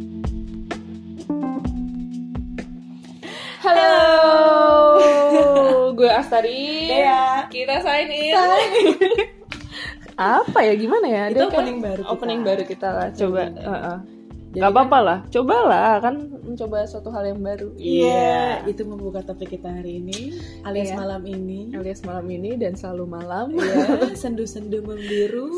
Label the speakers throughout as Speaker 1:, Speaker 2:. Speaker 1: Dea Astari.
Speaker 2: Dea.
Speaker 1: Kita sign in.
Speaker 3: Apa ya gimana ya? Dia
Speaker 2: Itu
Speaker 3: kayak-
Speaker 2: opening baru. kita.
Speaker 3: opening baru kita lah. Coba.
Speaker 1: Opening baru.
Speaker 3: Heeh.
Speaker 2: Jadi
Speaker 3: Gak
Speaker 2: kan-
Speaker 3: apa-apa lah. Cobalah kan mencoba suatu hal yang baru.
Speaker 2: Iya, itu membuka topik kita hari ini alias
Speaker 3: Iya.
Speaker 2: malam ini.
Speaker 3: Alias malam ini dan selalu malam.
Speaker 2: Iya, sendu-sendu membiru.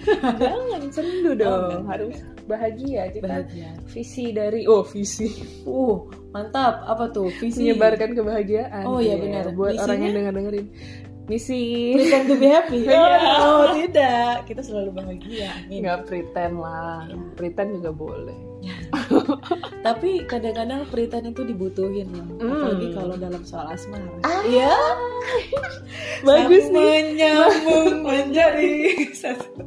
Speaker 3: Jangan sendu
Speaker 2: enggak,
Speaker 3: dong.
Speaker 2: enggak,
Speaker 3: Harus bahagia kita.
Speaker 2: Bahagia.
Speaker 3: Visi dari oh visi
Speaker 2: Uh, mantap. Apa tuh? Visi
Speaker 3: menyebarkan kebahagiaan.
Speaker 2: Oh, iya,
Speaker 3: Ya,
Speaker 2: benar.
Speaker 3: Buat orang
Speaker 2: Misinya?
Speaker 3: yang denger dengerin. Misi
Speaker 2: Pretend to be happy.
Speaker 3: Iya.
Speaker 2: Oh, tidak. Kita selalu bahagia. Amin.
Speaker 3: nggak pretend lah. Pretend juga boleh.
Speaker 2: Tapi kadang-kadang pretend itu dibutuhin loh.
Speaker 3: Hmm.
Speaker 2: Apalagi kalau dalam soal asmara.
Speaker 3: Iya. Bagus
Speaker 2: Satu
Speaker 3: nih.
Speaker 2: Menyambung menjadi satu.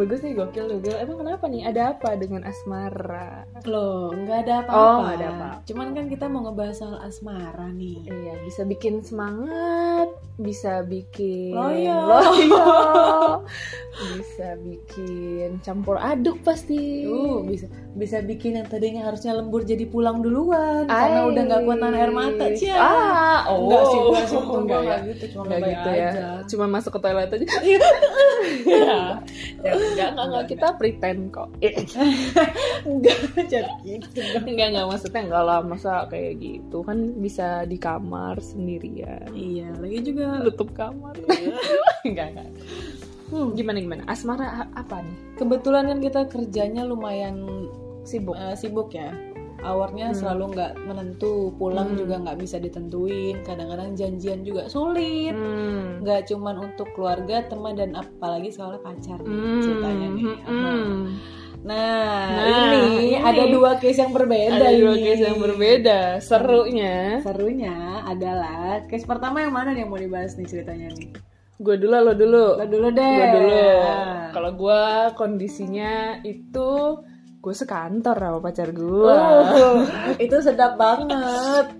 Speaker 3: Bagus nih gokil lu, Gil. Emang kenapa nih? Ada apa dengan asmara?
Speaker 2: Loh, nggak ada apa-apa.
Speaker 3: Oh, nggak ada apa-apa.
Speaker 2: Cuman kan kita mau ngebahas soal asmara nih.
Speaker 3: Iya, bisa bikin semangat, bisa bikin
Speaker 2: Loyo.
Speaker 3: loyo, bisa bikin campur aduk pasti.
Speaker 2: Uh, bisa bisa bikin yang tadinya harusnya lembur jadi pulang duluan
Speaker 3: Ay.
Speaker 2: karena udah nggak kuat nahan air mata cia
Speaker 3: Ah, oh.
Speaker 2: Enggak sih, enggak sih,
Speaker 3: Enggak
Speaker 2: untung gua
Speaker 3: ya.
Speaker 2: nggak gitu, cuma
Speaker 3: Enggak
Speaker 2: ngebayang
Speaker 3: gitu ya.
Speaker 2: aja.
Speaker 3: Cuma masuk ke toilet aja.
Speaker 2: Ya,
Speaker 3: Enggak,
Speaker 2: enggak,
Speaker 3: enggak, kita pretend kok.
Speaker 2: enggak jadi gitu.
Speaker 3: Enggak, enggak maksudnya enggak lah masa kayak gitu. Kan bisa di kamar sendirian.
Speaker 2: Iya, lagi juga
Speaker 3: Tutup kamar. enggak, enggak. Hmm, gimana gimana? Asmara a- apa nih?
Speaker 2: kebetulan kan kita kerjanya lumayan
Speaker 3: Sibuk.
Speaker 2: eh, sibuk ya hournya
Speaker 3: Hmm.
Speaker 2: selalu nggak menentu pulang
Speaker 3: Hmm.
Speaker 2: juga nggak bisa ditentuin kadang-kadang janjian juga sulit
Speaker 3: Hmm.
Speaker 2: nggak cuman untuk keluarga teman dan apalagi soalnya pacar nih
Speaker 3: Hmm,
Speaker 2: ceritanya nih
Speaker 3: hmm.
Speaker 2: nah,
Speaker 3: Nah,
Speaker 2: ini,
Speaker 3: ini.
Speaker 2: ada dua case yang berbeda
Speaker 3: Ada dua
Speaker 2: ini.
Speaker 3: case yang berbeda. Serunya,
Speaker 2: serunya adalah case pertama yang mana nih yang mau dibahas nih ceritanya nih
Speaker 3: gue dulu, lo dulu,
Speaker 2: lo dulu deh
Speaker 3: gue dulu.
Speaker 2: Nah.
Speaker 3: Kalau gue kondisinya itu gue sekantor sama pacar gue.
Speaker 2: Uh, itu sedap banget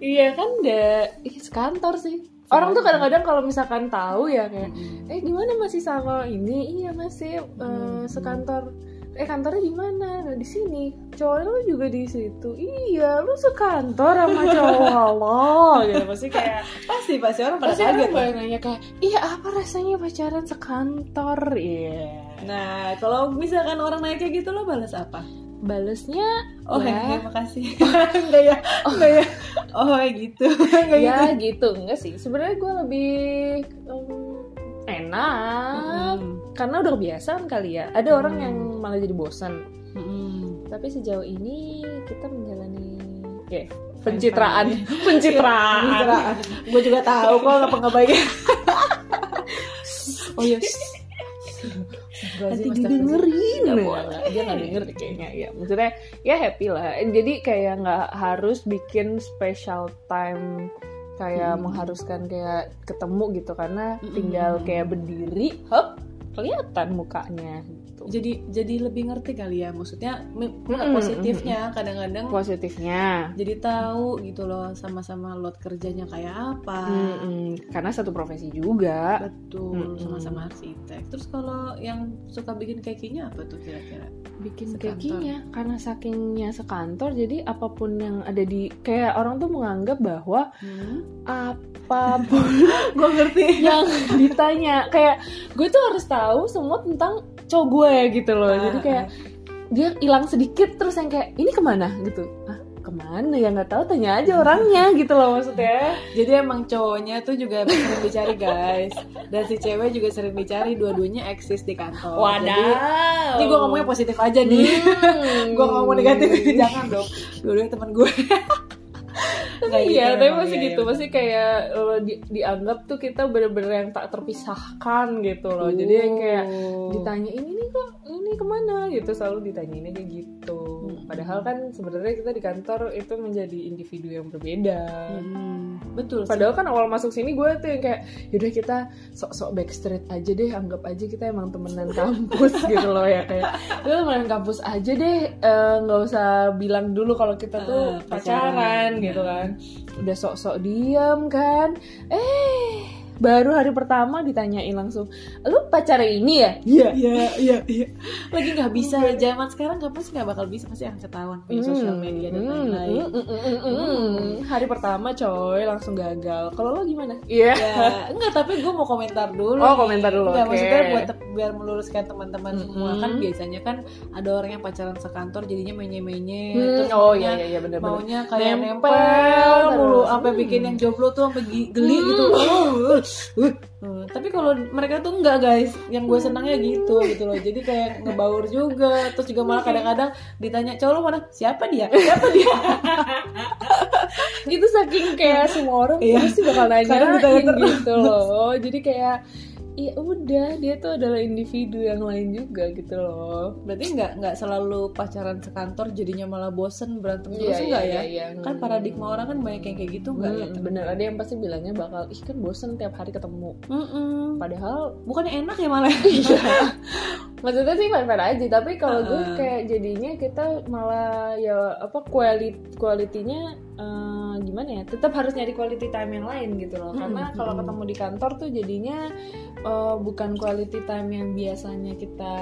Speaker 3: Iya kan, deh. Ih, sekantor sih. Orang tuh kadang-kadang kalau misalkan tahu ya kayak, eh gimana masih sama ini? Iya masih eh, sekantor. Eh kantornya di mana? Nah, di sini. Cowok lu juga di situ. Iya, lu sekantor sama cowok lo. Gitu pasti kayak
Speaker 2: pasti pasti orang pada
Speaker 3: Pasti orang
Speaker 2: kaget ya.
Speaker 3: banyak nanya kayak, iya apa rasanya pacaran sekantor? Iya.
Speaker 2: Nah, kalau misalkan orang nanya kayak gitu lo balas apa?
Speaker 3: Balesnya,
Speaker 2: Oh,
Speaker 3: ya,
Speaker 2: ya, makasih. enggak ya, enggak ya. Oh, gitu. Enggak
Speaker 3: ya
Speaker 2: gitu.
Speaker 3: gitu enggak sih. Sebenarnya gue lebih em, enak
Speaker 2: Mm,
Speaker 3: karena udah kebiasaan kali ya. Ada orang yang malah jadi bosan.
Speaker 2: mm.
Speaker 3: Tapi sejauh ini kita menjalani ya, pencitraan, Iya, pencitraan.
Speaker 2: Pencitraan. Gue juga tahu kok nggak pengebayang. oh iya.
Speaker 3: Nanti
Speaker 2: Nanti
Speaker 3: didengerin
Speaker 2: Nggak
Speaker 3: Nah,
Speaker 2: boleh.
Speaker 3: Dia nggak denger deh kayaknya ya Maksudnya ya happy lah Jadi kayak nggak harus bikin special time Kayak
Speaker 2: Hmm.
Speaker 3: mengharuskan kayak ketemu gitu Karena
Speaker 2: Mm-mm.
Speaker 3: tinggal kayak berdiri Hop kelihatan mukanya gitu Hmm,
Speaker 2: Jadi jadi lebih ngerti kali ya maksudnya me-
Speaker 3: Mm-mm, hmm,
Speaker 2: positifnya kadang-kadang
Speaker 3: Positifnya
Speaker 2: jadi tahu gitu loh sama-sama load kerjanya kayak apa.
Speaker 3: Hmm, Mm-mm. Karena satu profesi juga Mm-mm.
Speaker 2: Betul, sama-sama arsitek. Terus kalau yang suka bikin kekinya apa tuh kira-kira?
Speaker 3: bikin
Speaker 2: Sekantor.
Speaker 3: kekinya karena sakingnya sekantor jadi apapun yang ada di kayak orang tuh menganggap bahwa Hmm? apapun
Speaker 2: Gue ngerti.
Speaker 3: yang ditanya kayak gue tuh harus tahu semua tentang cowok gue gitu loh
Speaker 2: Ah,
Speaker 3: jadi kayak dia hilang sedikit terus yang kayak ini kemana gitu ah kemana ya nggak tahu tanya aja orangnya gitu loh maksudnya
Speaker 2: Jadi emang cowoknya tuh juga sering dicari guys, dan si cewek juga sering dicari. Dua-duanya eksis di kantor. Oh, Jadi, ini gue ngomongnya positif aja nih.
Speaker 3: Hmm.
Speaker 2: gue ngomong negatif jangan dong. Dua-duanya temen gue. Nggak gitu
Speaker 3: Iya, tapi
Speaker 2: emang,
Speaker 3: masih
Speaker 2: iya,
Speaker 3: gitu,
Speaker 2: iya,
Speaker 3: masih kayak eh, di- dianggap tuh kita bener-bener yang tak terpisahkan gitu loh. Jadi yang kayak
Speaker 2: Oh.
Speaker 3: ditanya ini nih kok ini kemana gitu selalu ditanyainnya kayak gitu
Speaker 2: Hmm.
Speaker 3: padahal kan sebenarnya kita di kantor itu menjadi individu yang berbeda
Speaker 2: Hmm, betul. sih.
Speaker 3: padahal kan awal masuk sini gue tuh yang kayak yaudah kita sok-sok backstreet aja deh anggap aja kita emang temenan kampus gitu loh ya kayak kita temenan kampus aja deh eh, nggak usah bilang dulu kalau kita tuh
Speaker 2: Ah,
Speaker 3: Eh, pacaran iya.
Speaker 2: pacaran.
Speaker 3: gitu kan udah sok-sok diem kan eh baru hari pertama ditanyain langsung lu pacar ini ya
Speaker 2: Iya, iya, iya, iya. Lagi nggak bisa zaman sekarang nggak pasti nggak bakal bisa pasti akan ketahuan punya sosial media dan
Speaker 3: Hmm,
Speaker 2: lain-lain.
Speaker 3: hmm, hmm, hmm, hmm, hmm. Hari pertama coy langsung gagal. Kalau lo gimana? Iya.
Speaker 2: Ya, enggak tapi gue mau komentar
Speaker 3: Oh,
Speaker 2: dulu. nih.
Speaker 3: komentar dulu, oke.
Speaker 2: Enggak,
Speaker 3: Hmm.
Speaker 2: maksudnya buat te- biar meluruskan teman-teman semua
Speaker 3: Mm-mm.
Speaker 2: kan biasanya kan ada orang yang pacaran sekantor jadinya menye-menye
Speaker 3: Hmm,
Speaker 2: terus
Speaker 3: oh iya
Speaker 2: maunya-
Speaker 3: iya iya benar benar.
Speaker 2: maunya kayak
Speaker 3: Nempel
Speaker 2: nempel,
Speaker 3: terus.
Speaker 2: mulu sampai
Speaker 3: Hmm.
Speaker 2: bikin yang jomblo tuh sampai gi- geli gitu. Oh, uh, uh. Hmm, Tapi kalau mereka tuh enggak guys, yang gue senangnya gitu gitu loh. Jadi kayak ngebaur juga, terus juga malah kadang-kadang ditanya cowok lu mana? Siapa dia? Siapa dia?
Speaker 3: Itu Gitu, saking kayak semua orang
Speaker 2: Iya.
Speaker 3: pasti bakal
Speaker 2: Kadang
Speaker 3: nanya
Speaker 2: ditanya terus.
Speaker 3: gitu loh. Jadi kayak ya udah dia tuh adalah individu yang lain juga gitu loh.
Speaker 2: Berarti nggak nggak selalu pacaran sekantor jadinya malah bosen
Speaker 3: Iya,
Speaker 2: berantem terus enggak
Speaker 3: iya,
Speaker 2: ya?
Speaker 3: iya, iya.
Speaker 2: Kan paradigma orang kan banyak yang kayak gitu enggak ya?
Speaker 3: Hmm, bener ada yang pasti bilangnya bakal ih kan bosen tiap hari ketemu.
Speaker 2: Mm-mm.
Speaker 3: Padahal
Speaker 2: Hmm. Bukannya enak ya malah?
Speaker 3: Iya. maksudnya sih fine-fine aja tapi kalau gue
Speaker 2: Uh-uh.
Speaker 3: kayak jadinya kita malah ya apa quality kualitinya eh, gimana ya tetap harus nyari quality time yang lain gitu loh karena
Speaker 2: Mm-mm.
Speaker 3: kalau ketemu di kantor tuh jadinya eh, bukan quality time yang biasanya kita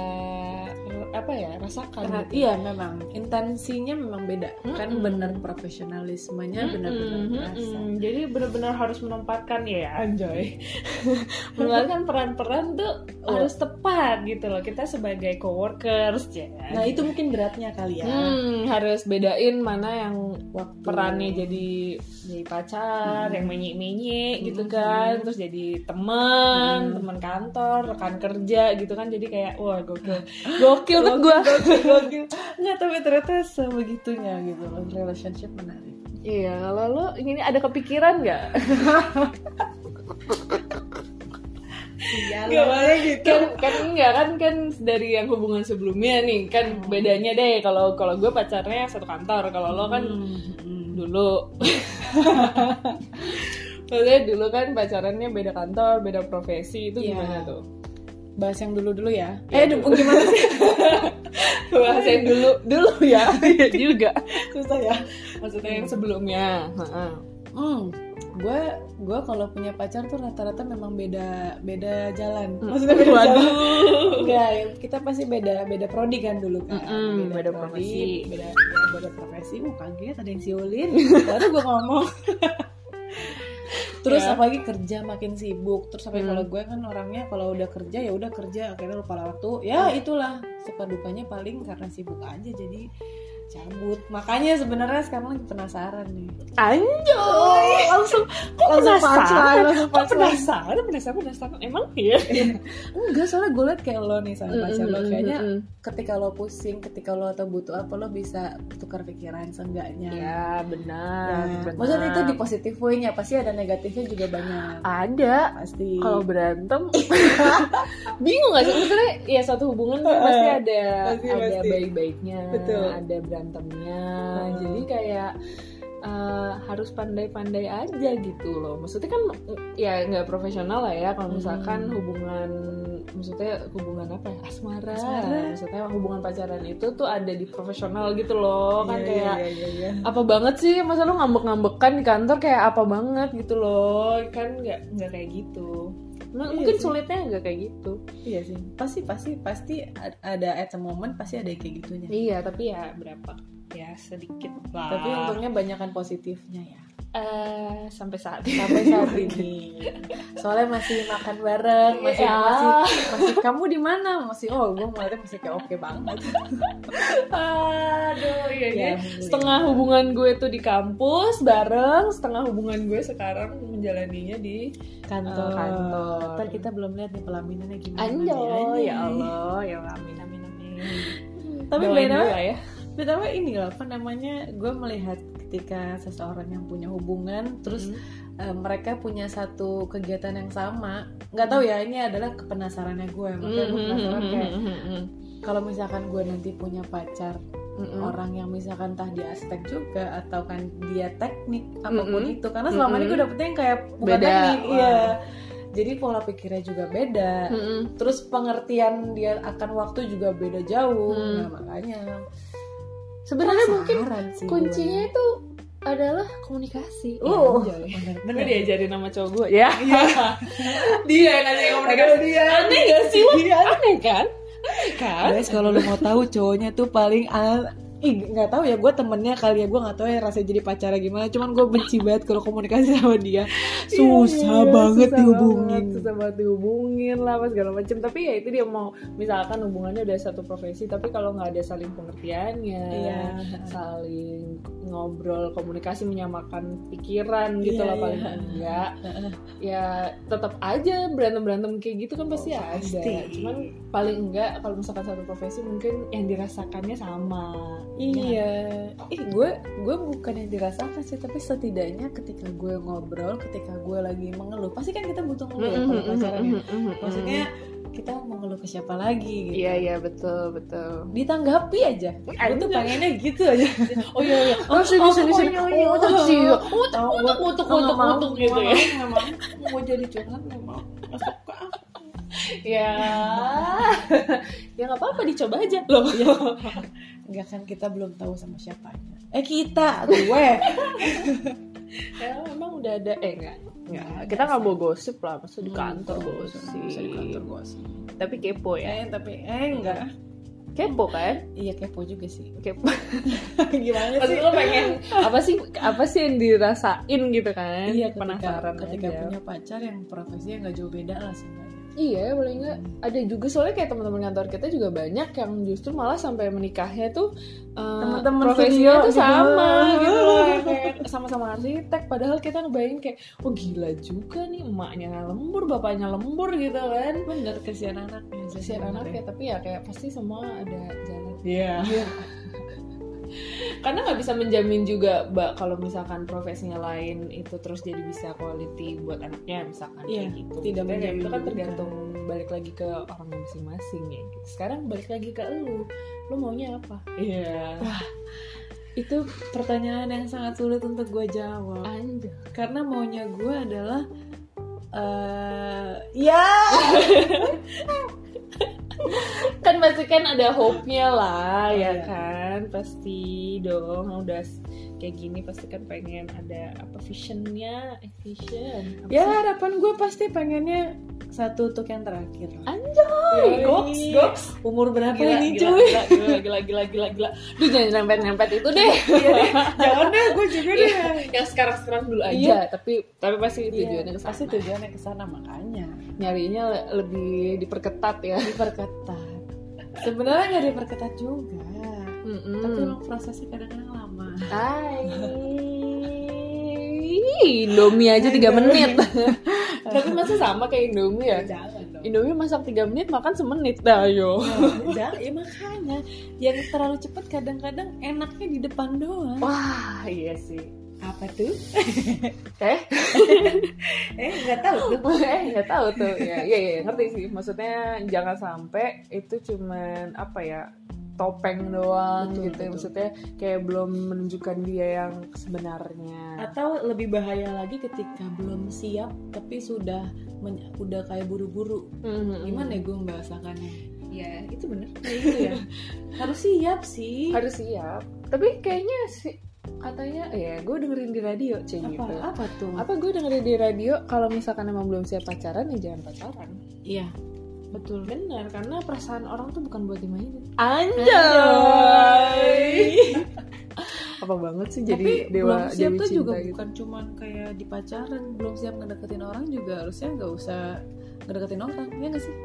Speaker 3: eh, apa ya rasakan
Speaker 2: Karena-
Speaker 3: gitu. Hmm,
Speaker 2: iya memang intensinya memang beda kan
Speaker 3: Mm-mm.
Speaker 2: benar
Speaker 3: Hmm,
Speaker 2: profesionalismenya benar-benar
Speaker 3: Mm-mm,
Speaker 2: terasa.
Speaker 3: mm-mm. hmm. jadi benar-benar harus menempatkan ya anjoy menempatkan peran-peran tuh
Speaker 2: Oh.
Speaker 3: harus tepat gitu loh kita sebagai coworkers ya
Speaker 2: Nah itu mungkin beratnya kali ya.
Speaker 3: Hmm, harus bedain mana yang
Speaker 2: Waktu
Speaker 3: perannya jadi jadi pacar, yang menyi-menyi gitu kan, terus jadi teman, teman kantor, rekan kerja gitu kan, jadi kayak wah gokil, gokil banget gue.
Speaker 2: gokil. Nggak tapi ternyata sebegitunya gitu loh relationship menarik.
Speaker 3: Iya, kalau lo ini ada kepikiran nggak?
Speaker 2: Iya
Speaker 3: Nggak kan kan enggak kan kan dari yang hubungan sebelumnya nih kan bedanya deh kalau kalau gue pacarnya satu kantor, kalau lo kan dulu maksudnya dulu kan pacarannya beda kantor beda profesi itu
Speaker 2: Iya.
Speaker 3: gimana tuh
Speaker 2: Bahas yang dulu dulu ya.
Speaker 3: Iya,
Speaker 2: eh duh, gimana sih?
Speaker 3: bahasain dulu dulu ya Iya juga
Speaker 2: Susah ya.
Speaker 3: maksudnya yang sebelumnya Heeh.
Speaker 2: Hmm, gue gue kalau punya pacar tuh rata-rata memang beda beda jalan. Maksudnya beda jalan. Enggak, ya, kita pasti beda beda prodi kan dulu kan.
Speaker 3: Mm-mm, beda profesi.
Speaker 2: Beda ya, beda profesi. Uh, kaget ada yang siulin. Baru gue ngomong. Terus
Speaker 3: Ya. Mm.
Speaker 2: apalagi kerja makin sibuk. Terus sampai kalau gue kan orangnya kalau udah kerja ya udah kerja akhirnya lupa waktu. Ya
Speaker 3: Mm.
Speaker 2: itulah suka dukanya paling karena sibuk aja jadi cabut. Makanya sebenarnya sekarang lagi penasaran nih.
Speaker 3: anjoy Oh, langsung kok
Speaker 2: Langsung punchline,
Speaker 3: penasaran
Speaker 2: langsung
Speaker 3: kok
Speaker 2: punchline.
Speaker 3: penasaran penasaran penasaran emang ya
Speaker 2: Enggak, soalnya gue liat kayak lo nih sama pacar lo Kayaknya
Speaker 3: Mm-mm.
Speaker 2: ketika lo pusing, ketika lo atau butuh apa Lo bisa tukar pikiran seenggaknya
Speaker 3: ya benar,
Speaker 2: Nah,
Speaker 3: Iya, benar.
Speaker 2: Maksudnya itu di positif way-nya Pasti ada negatifnya juga banyak
Speaker 3: ada
Speaker 2: Pasti
Speaker 3: kalau berantem bingung gak sih maksudnya ya suatu hubungan kan pasti ada
Speaker 2: Pasti,
Speaker 3: ada
Speaker 2: pasti.
Speaker 3: baik-baiknya
Speaker 2: Betul.
Speaker 3: ada berantemnya
Speaker 2: Hmm.
Speaker 3: jadi kayak eh, harus pandai-pandai aja gitu loh maksudnya kan ya nggak profesional lah ya kalau misalkan
Speaker 2: Hmm.
Speaker 3: hubungan maksudnya hubungan apa ya asmara.
Speaker 2: Asmara.
Speaker 3: maksudnya hubungan pacaran itu tuh ada di profesional gitu loh kan
Speaker 2: Iya,
Speaker 3: kayak
Speaker 2: iya, iya, iya.
Speaker 3: apa banget sih masa lu ngambek-ngambekan di kantor kayak apa banget gitu loh kan nggak nggak kayak gitu M-
Speaker 2: Iya
Speaker 3: mungkin
Speaker 2: sih.
Speaker 3: sulitnya nggak kayak gitu
Speaker 2: Iya sih Pasti, pasti, pasti ada at the moment Pasti ada yang kayak gitunya
Speaker 3: iya tapi ya berapa ya sedikit lah
Speaker 2: Tapi untungnya banyakan positifnya ya
Speaker 3: eh, sampai saat ini
Speaker 2: Sampai saat ini Soalnya masih makan bareng Masih,
Speaker 3: Iya.
Speaker 2: masih, masih Kamu di mana? Masih, oh gue ngeliatnya masih kayak oke banget
Speaker 3: aduh iya
Speaker 2: Ya,
Speaker 3: iya.
Speaker 2: alhamdulillah.
Speaker 3: setengah hubungan gue tuh di kampus bareng setengah hubungan gue sekarang menjalaninya di
Speaker 2: kantor.
Speaker 3: Eh, kantor.
Speaker 2: Ntar kita belum lihat nih pelaminannya gimana.
Speaker 3: Anjoy
Speaker 2: nih.
Speaker 3: ya Allah ya Allah, amin amin amin
Speaker 2: Tapi
Speaker 3: Doain
Speaker 2: beda.
Speaker 3: gue lah ya
Speaker 2: Btw ini loh apa namanya? Gue melihat ketika seseorang yang punya hubungan, terus
Speaker 3: Hmm.
Speaker 2: eh, mereka punya satu kegiatan yang sama. Nggak tahu ya ini adalah kepenasarannya gue. Makanya gue penasaran
Speaker 3: Hmm,
Speaker 2: kayak kalau misalkan gue nanti punya pacar
Speaker 3: Mm-mm.
Speaker 2: orang yang misalkan entah dia arsitek juga atau kan dia teknik apapun
Speaker 3: Mm-mm.
Speaker 2: itu karena selama ini
Speaker 3: Mm-mm.
Speaker 2: gue dapetnya yang kayak bukan
Speaker 3: Beda.
Speaker 2: teknik,
Speaker 3: Wah.
Speaker 2: iya. Jadi pola pikirnya juga beda.
Speaker 3: Mm-mm.
Speaker 2: terus pengertian dia akan waktu juga beda jauh
Speaker 3: Hmm.
Speaker 2: nah makanya
Speaker 3: sebenarnya mungkin
Speaker 2: Penasaran sih gue.
Speaker 3: kuncinya itu adalah komunikasi.
Speaker 2: Ya,
Speaker 3: Uh,
Speaker 2: anjay, bener
Speaker 3: bener
Speaker 2: bener Iya,
Speaker 3: diajarin sama cowok gue ya.
Speaker 2: dia yang ngajarin komunikasi dia
Speaker 3: Aneh gak sih lo? Aneh kan? Aneh kan?
Speaker 2: guys kalau lu mau tahu cowoknya tuh paling an- Ih, nggak tahu ya gue temennya kali ya gue nggak tahu ya rasanya jadi pacara gimana cuman gue benci banget kalau komunikasi sama dia susah
Speaker 3: Iya,
Speaker 2: banget
Speaker 3: susah
Speaker 2: dihubungin
Speaker 3: banget, susah banget dihubungin lah apa segala macam tapi ya itu dia mau misalkan hubungannya udah satu profesi tapi kalau nggak ada saling pengertiannya
Speaker 2: Iya.
Speaker 3: saling ngobrol komunikasi menyamakan pikiran gitu
Speaker 2: Iya,
Speaker 3: lah paling
Speaker 2: iya.
Speaker 3: enggak ya tetap aja berantem berantem kayak gitu kan pasti
Speaker 2: Oh,
Speaker 3: ada
Speaker 2: pasti.
Speaker 3: cuman paling enggak kalau misalkan satu profesi mungkin yang dirasakannya sama
Speaker 2: Iya, ih gue gue bukan yang dirasakan sih, tapi setidaknya ketika gue ngobrol, ketika gue lagi mengeluh, pasti kan kita butuh
Speaker 3: Mm,
Speaker 2: ngeluh ya
Speaker 3: mm,
Speaker 2: kalau
Speaker 3: mm, mm,
Speaker 2: pacaran ya.
Speaker 3: mm, mm, mm.
Speaker 2: Maksudnya kita mau ngeluh ke siapa lagi gitu.
Speaker 3: iya iya betul betul
Speaker 2: Ditanggapi aja. Gue tuh
Speaker 3: Anjay.
Speaker 2: pengennya gitu aja.
Speaker 3: Oh iya iya.
Speaker 2: Oh, sini, sini, sini. Oh, sih.
Speaker 3: Utuk utuk utuk
Speaker 2: Nggak
Speaker 3: utuk
Speaker 2: mau,
Speaker 3: utuk
Speaker 2: nggak
Speaker 3: gitu ya.
Speaker 2: mau, nggak mau. Mau jadi curhat nggak mau. Nggak suka.
Speaker 3: Ya. ya nggak apa-apa dicoba aja loh.
Speaker 2: Iya. Nggak kan kita belum tahu sama siapanya. Eh kita, gue.
Speaker 3: Ya, emang udah ada eh enggak.
Speaker 2: Nggak ada
Speaker 3: kita nggak Hmm, mau gosip lah, maksud di kantor
Speaker 2: gosip.
Speaker 3: gosip.
Speaker 2: Bisa di kantor gosip.
Speaker 3: Tapi kepo ya.
Speaker 2: Eh tapi eh enggak.
Speaker 3: Kepo kan?
Speaker 2: Iya kepo juga sih.
Speaker 3: Kepo.
Speaker 2: Gimana
Speaker 3: Maksud lo pengen apa sih apa sih yang dirasain gitu kan?
Speaker 2: Iya, ketika,
Speaker 3: penasaran
Speaker 2: ketika
Speaker 3: aja.
Speaker 2: punya pacar yang profesinya nggak jauh beda lah sebenarnya.
Speaker 3: Iya, boleh nggak? Ada juga soalnya kayak teman-teman kantor kita juga banyak yang justru malah sampai menikahnya tuh eh,
Speaker 2: Teman-teman
Speaker 3: profesinya
Speaker 2: video
Speaker 3: tuh
Speaker 2: gitu.
Speaker 3: sama gitu loh, kayak sama-sama arsitek. Padahal kita ngebayangin kayak, oh gila juga nih emaknya lembur, bapaknya lembur gitu kan.
Speaker 2: Bener kesian anaknya.
Speaker 3: Kasihan anaknya, tapi ya kayak pasti semua ada jalan.
Speaker 2: Iya.
Speaker 3: Karena nggak bisa menjamin juga, mbak, kalau misalkan profesinya lain itu terus jadi bisa quality buat anaknya, misalkan
Speaker 2: Iya,
Speaker 3: kayak gitu.
Speaker 2: tidak
Speaker 3: Maksudnya kayak
Speaker 2: menjamin
Speaker 3: itu kan
Speaker 2: juga.
Speaker 3: tergantung balik lagi ke orang masing-masing ya. Gitu. Sekarang balik lagi ke lu, lu maunya apa? Iya.
Speaker 2: Itu pertanyaan yang sangat sulit untuk gue jawab.
Speaker 3: Anjir.
Speaker 2: Karena maunya gue adalah eh ya
Speaker 3: Kan pasti kan ada hope-nya lah,
Speaker 2: Oh,
Speaker 3: ya
Speaker 2: iya.
Speaker 3: kan? Pasti dong, udah s- kayak gini pasti kan pengen ada apa vision-nya, eh, vision. Apa
Speaker 2: ya
Speaker 3: sih?
Speaker 2: harapan gue pasti pengennya satu untuk yang terakhir lah.
Speaker 3: Anjay,
Speaker 2: Yoi.
Speaker 3: goks, goks.
Speaker 2: Umur berapa
Speaker 3: gila,
Speaker 2: ini cuy?
Speaker 3: Gila, gila, gila, gila, gila, gila. Duh, jangan nyempet-nyempet itu Iya deh.
Speaker 2: Jangan deh, gue Ya juga deh.
Speaker 3: yang sekarang-sekarang dulu aja.
Speaker 2: Iya.
Speaker 3: tapi tapi pasti tujuannya
Speaker 2: Iya,
Speaker 3: ke
Speaker 2: pasti tujuannya ke sana makanya.
Speaker 3: Nyarinya le- lebih diperketat ya.
Speaker 2: diperketat sebenarnya nggak diperketat juga
Speaker 3: Mm-mm.
Speaker 2: tapi emang prosesnya kadang-kadang lama
Speaker 3: Hai. Indomie aja 3 menit. tapi masa sama kayak Indomie ya?
Speaker 2: jangan dong
Speaker 3: Indomie masak 3 menit, makan semenit dah, yo.
Speaker 2: jangan ya makanya yang terlalu cepat kadang-kadang enaknya di depan doang
Speaker 3: Wah, iya sih.
Speaker 2: apa tuh
Speaker 3: Eh,
Speaker 2: eh nggak tahu tuh
Speaker 3: eh nggak tahu tuh ya iya iya ngerti sih maksudnya jangan sampai itu cuman apa ya topeng doang
Speaker 2: Betul,
Speaker 3: gitu
Speaker 2: betul.
Speaker 3: maksudnya kayak belum menunjukkan dia yang sebenarnya
Speaker 2: atau lebih bahaya lagi ketika belum siap tapi sudah men- udah kayak buru-buru
Speaker 3: Mm-hmm.
Speaker 2: gimana ya gue membahasakannya
Speaker 3: ya itu bener
Speaker 2: ya harus siap sih
Speaker 3: harus siap tapi kayaknya sih katanya ya gue dengerin di radio ceng
Speaker 2: apa
Speaker 3: gitu
Speaker 2: apa tuh
Speaker 3: apa gue dengerin di radio kalau misalkan emang belum siap pacaran ya jangan pacaran
Speaker 2: iya betul
Speaker 3: bener karena perasaan orang tuh bukan buat dimainin apa banget sih jadi
Speaker 2: Tapi belum
Speaker 3: dewa
Speaker 2: siap
Speaker 3: dewi
Speaker 2: tuh
Speaker 3: cinta
Speaker 2: juga
Speaker 3: gitu.
Speaker 2: bukan cuman kayak di pacaran belum siap ngedeketin orang juga harusnya nggak usah ngedeketin orang ya nggak sih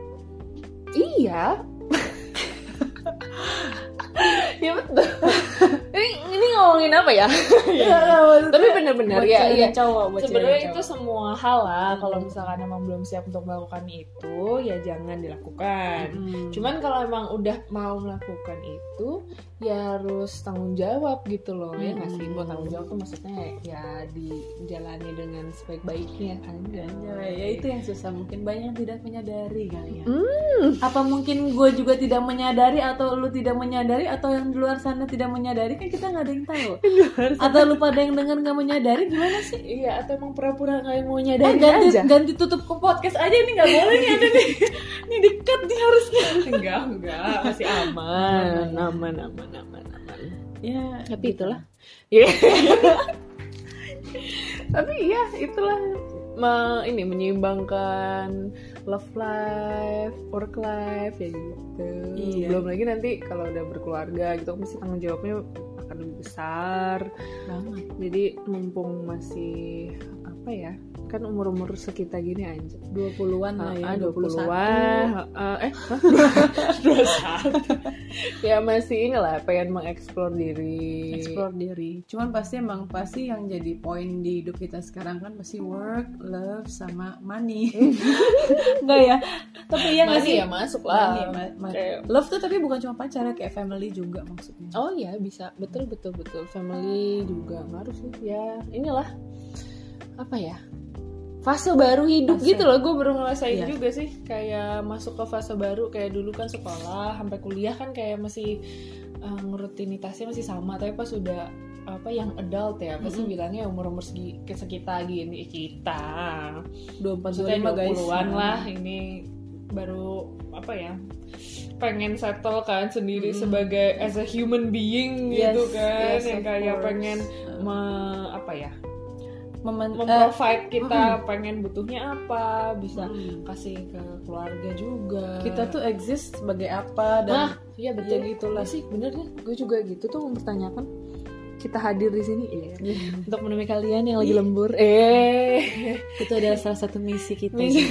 Speaker 3: Iya. ya betul. ini, ini ngomongin apa ya? iya. Tapi benar-benar ya.
Speaker 2: cari
Speaker 3: iya.
Speaker 2: cowok buat
Speaker 3: Sebenarnya
Speaker 2: cari
Speaker 3: itu
Speaker 2: cowok.
Speaker 3: semua hal lah.
Speaker 2: Hmm.
Speaker 3: Kalau misalkan emang belum siap untuk melakukan itu, ya jangan dilakukan.
Speaker 2: Hmm.
Speaker 3: Cuman kalau emang udah mau melakukan itu, ya harus tanggung jawab gitu loh. Ya nggak sih?
Speaker 2: Hmm.
Speaker 3: Buat tanggung jawab tuh maksudnya ya dijalani dengan sebaik-baiknya. Anjay.
Speaker 2: Anjay, ya Iya, itu yang susah mungkin banyak yang tidak menyadari kali ya.
Speaker 3: Hmm.
Speaker 2: Apa mungkin gue juga tidak menyadari atau lu tidak menyadari atau yang di luar sana tidak menyadari kan kita nggak ada yang tahu. Atau lu pada yang dengar nggak menyadari gimana ya sih?
Speaker 3: Iya, atau emang pura-pura kayak mau
Speaker 2: Eh,
Speaker 3: nyadari
Speaker 2: ganti,
Speaker 3: aja.
Speaker 2: ganti tutup ke podcast aja ini nggak boleh nih ada nih. Ini dekat nih harusnya.
Speaker 3: enggak enggak masih aman aman aman aman aman
Speaker 2: Ya,
Speaker 3: Iya. tapi itulah tapi iya itulah me- ini menyeimbangkan love life work life ya gitu
Speaker 2: Iya.
Speaker 3: belum lagi nanti kalau udah berkeluarga gitu mesti tanggung jawabnya akan lebih besar
Speaker 2: banget
Speaker 3: jadi mumpung masih apa ya kan umur umur sekitar gini aja
Speaker 2: 20-an lah ya,
Speaker 3: Ah,
Speaker 2: 21.
Speaker 3: 20-an. Ah, eh, ya masih inilah pengen mengeksplor diri.
Speaker 2: explore diri. Cuman pasti emang pasti yang jadi poin di hidup kita sekarang kan pasti work, love, sama money. Enggak ya? Tapi iya nggak
Speaker 3: Money
Speaker 2: sih?
Speaker 3: ya masuk
Speaker 2: Money,
Speaker 3: lah.
Speaker 2: ma- ma-
Speaker 3: Kayak-
Speaker 2: Love tuh tapi bukan cuma pacar ya, kayak family juga maksudnya.
Speaker 3: Oh iya bisa betul betul betul family juga ngaruh sih ya inilah apa ya fase baru hidup
Speaker 2: Fase.
Speaker 3: gitu loh gue baru ngerasain
Speaker 2: Iya.
Speaker 3: juga sih kayak masuk ke fase baru kayak dulu kan sekolah sampai kuliah kan kayak masih eh, rutinitasnya masih sama tapi pas udah apa yang adult ya pasti
Speaker 2: Mm-mm.
Speaker 3: bilangnya umur umur segi ke sekitar gini kita
Speaker 2: 24
Speaker 3: maksudnya
Speaker 2: 25 guys.
Speaker 3: 20-an lah ini baru apa ya pengen settle kan sendiri
Speaker 2: Mm-mm.
Speaker 3: sebagai as a human being
Speaker 2: Yes,
Speaker 3: gitu kan
Speaker 2: yes,
Speaker 3: yang
Speaker 2: of
Speaker 3: kayak
Speaker 2: course.
Speaker 3: pengen me- apa ya
Speaker 2: Memen- eh,
Speaker 3: memprovide kita pengen butuhnya apa bisa
Speaker 2: mm.
Speaker 3: kasih ke keluarga juga
Speaker 2: kita tuh exist sebagai apa dan
Speaker 3: nah iya betul
Speaker 2: ya
Speaker 3: gitu lah sih bener deh gue juga gitu tuh mempertanyakan kita hadir di sini iya
Speaker 2: Gitu,
Speaker 3: untuk menemui kalian yang lagi lembur eh
Speaker 2: itu adalah salah satu misi kita.
Speaker 3: Misi.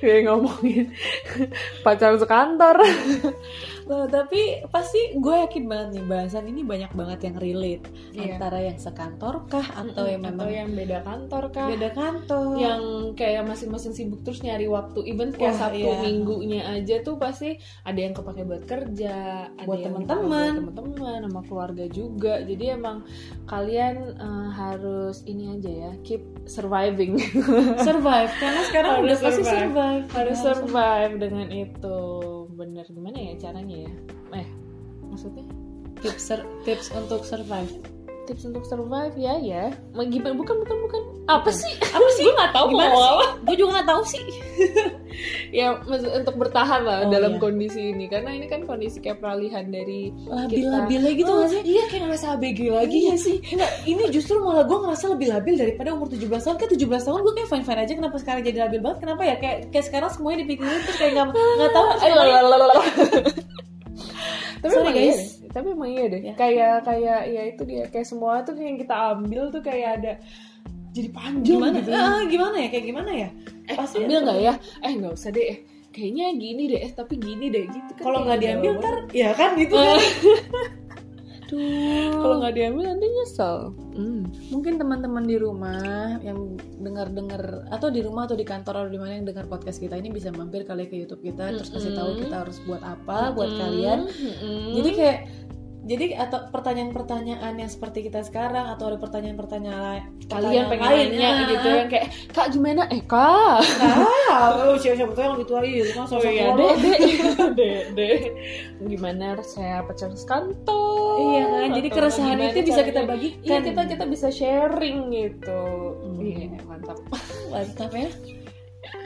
Speaker 3: Kayak ngomongin pacaran sekantor.
Speaker 2: Loh, Nah, tapi pasti gue yakin banget nih bahasan ini banyak banget yang relate
Speaker 3: Iya.
Speaker 2: antara yang sekantor kah atau yang memang
Speaker 3: yang beda kantor kah?
Speaker 2: beda kantor.
Speaker 3: Yang kayak masing-masing sibuk terus nyari waktu. Even kayak
Speaker 2: Wah,
Speaker 3: Sabtu
Speaker 2: iya.
Speaker 3: minggunya aja tuh pasti ada yang kepake buat kerja,
Speaker 2: Buat
Speaker 3: ada yang
Speaker 2: teman-teman.
Speaker 3: buat teman-teman sama keluarga juga. Jadi emang kalian eh, harus ini aja ya, keep surviving.
Speaker 2: survive karena sekarang
Speaker 3: Harus
Speaker 2: udah pasti
Speaker 3: survive.
Speaker 2: survive.
Speaker 3: harus survive dengan itu. Bener gimana ya caranya ya? Eh, maksudnya
Speaker 2: tips sur- tips untuk survive.
Speaker 3: tips untuk survive ya ya Ma- gimana bukan bukan bukan apa
Speaker 2: Bukan.
Speaker 3: sih apa sih gue nggak tahu mau
Speaker 2: Gimana Gitu. sih?
Speaker 3: apa
Speaker 2: gue juga nggak tahu sih.
Speaker 3: ya maksud- untuk bertahan lah
Speaker 2: Oh,
Speaker 3: dalam
Speaker 2: iya.
Speaker 3: kondisi ini karena ini kan kondisi kayak peralihan dari
Speaker 2: Labil
Speaker 3: kita-
Speaker 2: labilnya gitu nggak sih?
Speaker 3: iya kayak ngerasa ABG
Speaker 2: Iya sih. Nggak, ini justru malah gue ngerasa lebih labil daripada umur 17 tahun. Kan 17 tahun gue kayak fine fine aja. Kenapa sekarang jadi labil banget? Kenapa ya? Kayak kayak sekarang semuanya dipikirin terus kayak nggak nggak tahu.
Speaker 3: Ayo, lalalala. tapi
Speaker 2: Sorry,
Speaker 3: emang iya
Speaker 2: guys.
Speaker 3: deh. tapi emang iya deh
Speaker 2: Ya.
Speaker 3: kayak kayak ya itu dia kayak semua tuh yang kita ambil tuh kayak ada jadi panjang
Speaker 2: Gimana?
Speaker 3: gitu
Speaker 2: Ah, gimana ya? Kayak gimana ya?
Speaker 3: eh,
Speaker 2: pasti
Speaker 3: ambil nggak ya eh nggak usah deh eh, kayaknya gini deh eh, tapi gini deh gitu kan
Speaker 2: Kalau
Speaker 3: kayak
Speaker 2: nggak diambil
Speaker 3: jauh
Speaker 2: ntar, ya kan itu kan.
Speaker 3: kalau nggak diambil nanti nyesel Hmm.
Speaker 2: mungkin teman-teman di rumah yang dengar-dengar atau di rumah atau di kantor atau di mana yang dengar podcast kita ini bisa mampir kali ke YouTube kita terus
Speaker 3: Mm-mm.
Speaker 2: kasih tahu kita harus buat apa
Speaker 3: Hmm.
Speaker 2: buat kalian. Jadi
Speaker 3: jadi
Speaker 2: kayak jadi atau pertanyaan-pertanyaan yang seperti kita sekarang atau ada pertanyaan-pertanyaan lai-
Speaker 3: kalian
Speaker 2: pertanyaan
Speaker 3: pengen
Speaker 2: lain,
Speaker 3: nanya
Speaker 2: ah.
Speaker 3: gitu yang kayak kak gimana eh kak
Speaker 2: Nah, oh, siapa siapa tuh yang gitu aja kan
Speaker 3: oh
Speaker 2: sosok
Speaker 3: iya
Speaker 2: lo.
Speaker 3: deh deh deh deh gimana saya pacaran sekantor
Speaker 2: Iya kan? Jadi
Speaker 3: Atau
Speaker 2: keresahan
Speaker 3: gimana
Speaker 2: itu bisa kita
Speaker 3: caranya-
Speaker 2: bagikan.
Speaker 3: Iya kita kita bisa sharing gitu.
Speaker 2: Hmm.
Speaker 3: Iya mantap.
Speaker 2: Mantap ya.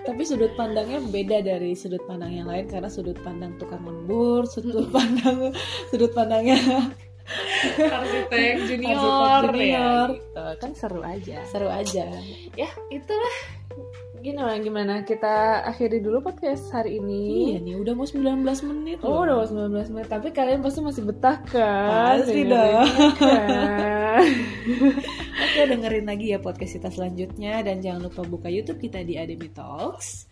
Speaker 2: Tapi sudut pandangnya beda dari sudut pandang yang lain karena sudut pandang tukang lembur, sudut pandang sudut pandangnya
Speaker 3: Arsitek
Speaker 2: junior,
Speaker 3: arsitek junior.
Speaker 2: ya,
Speaker 3: gitu. Kan seru aja.
Speaker 2: seru aja.
Speaker 3: Ya itulah. Gimana gimana kita akhiri dulu podcast hari ini.
Speaker 2: Iya nih, udah mau 19 menit
Speaker 3: Oh,
Speaker 2: loh.
Speaker 3: udah 19 menit, tapi kalian pasti masih betah kan?
Speaker 2: Pasti
Speaker 3: Dengerinnya kan?
Speaker 2: Oke, dengerin lagi ya podcast kita selanjutnya dan jangan lupa buka YouTube kita di Ademi Talks.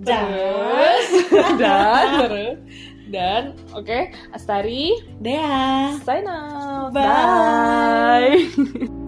Speaker 2: Dan
Speaker 3: Terus, dan, terus, dan, oke, Astari,
Speaker 2: Dea.
Speaker 3: sign out.
Speaker 2: Bye.
Speaker 3: Bye.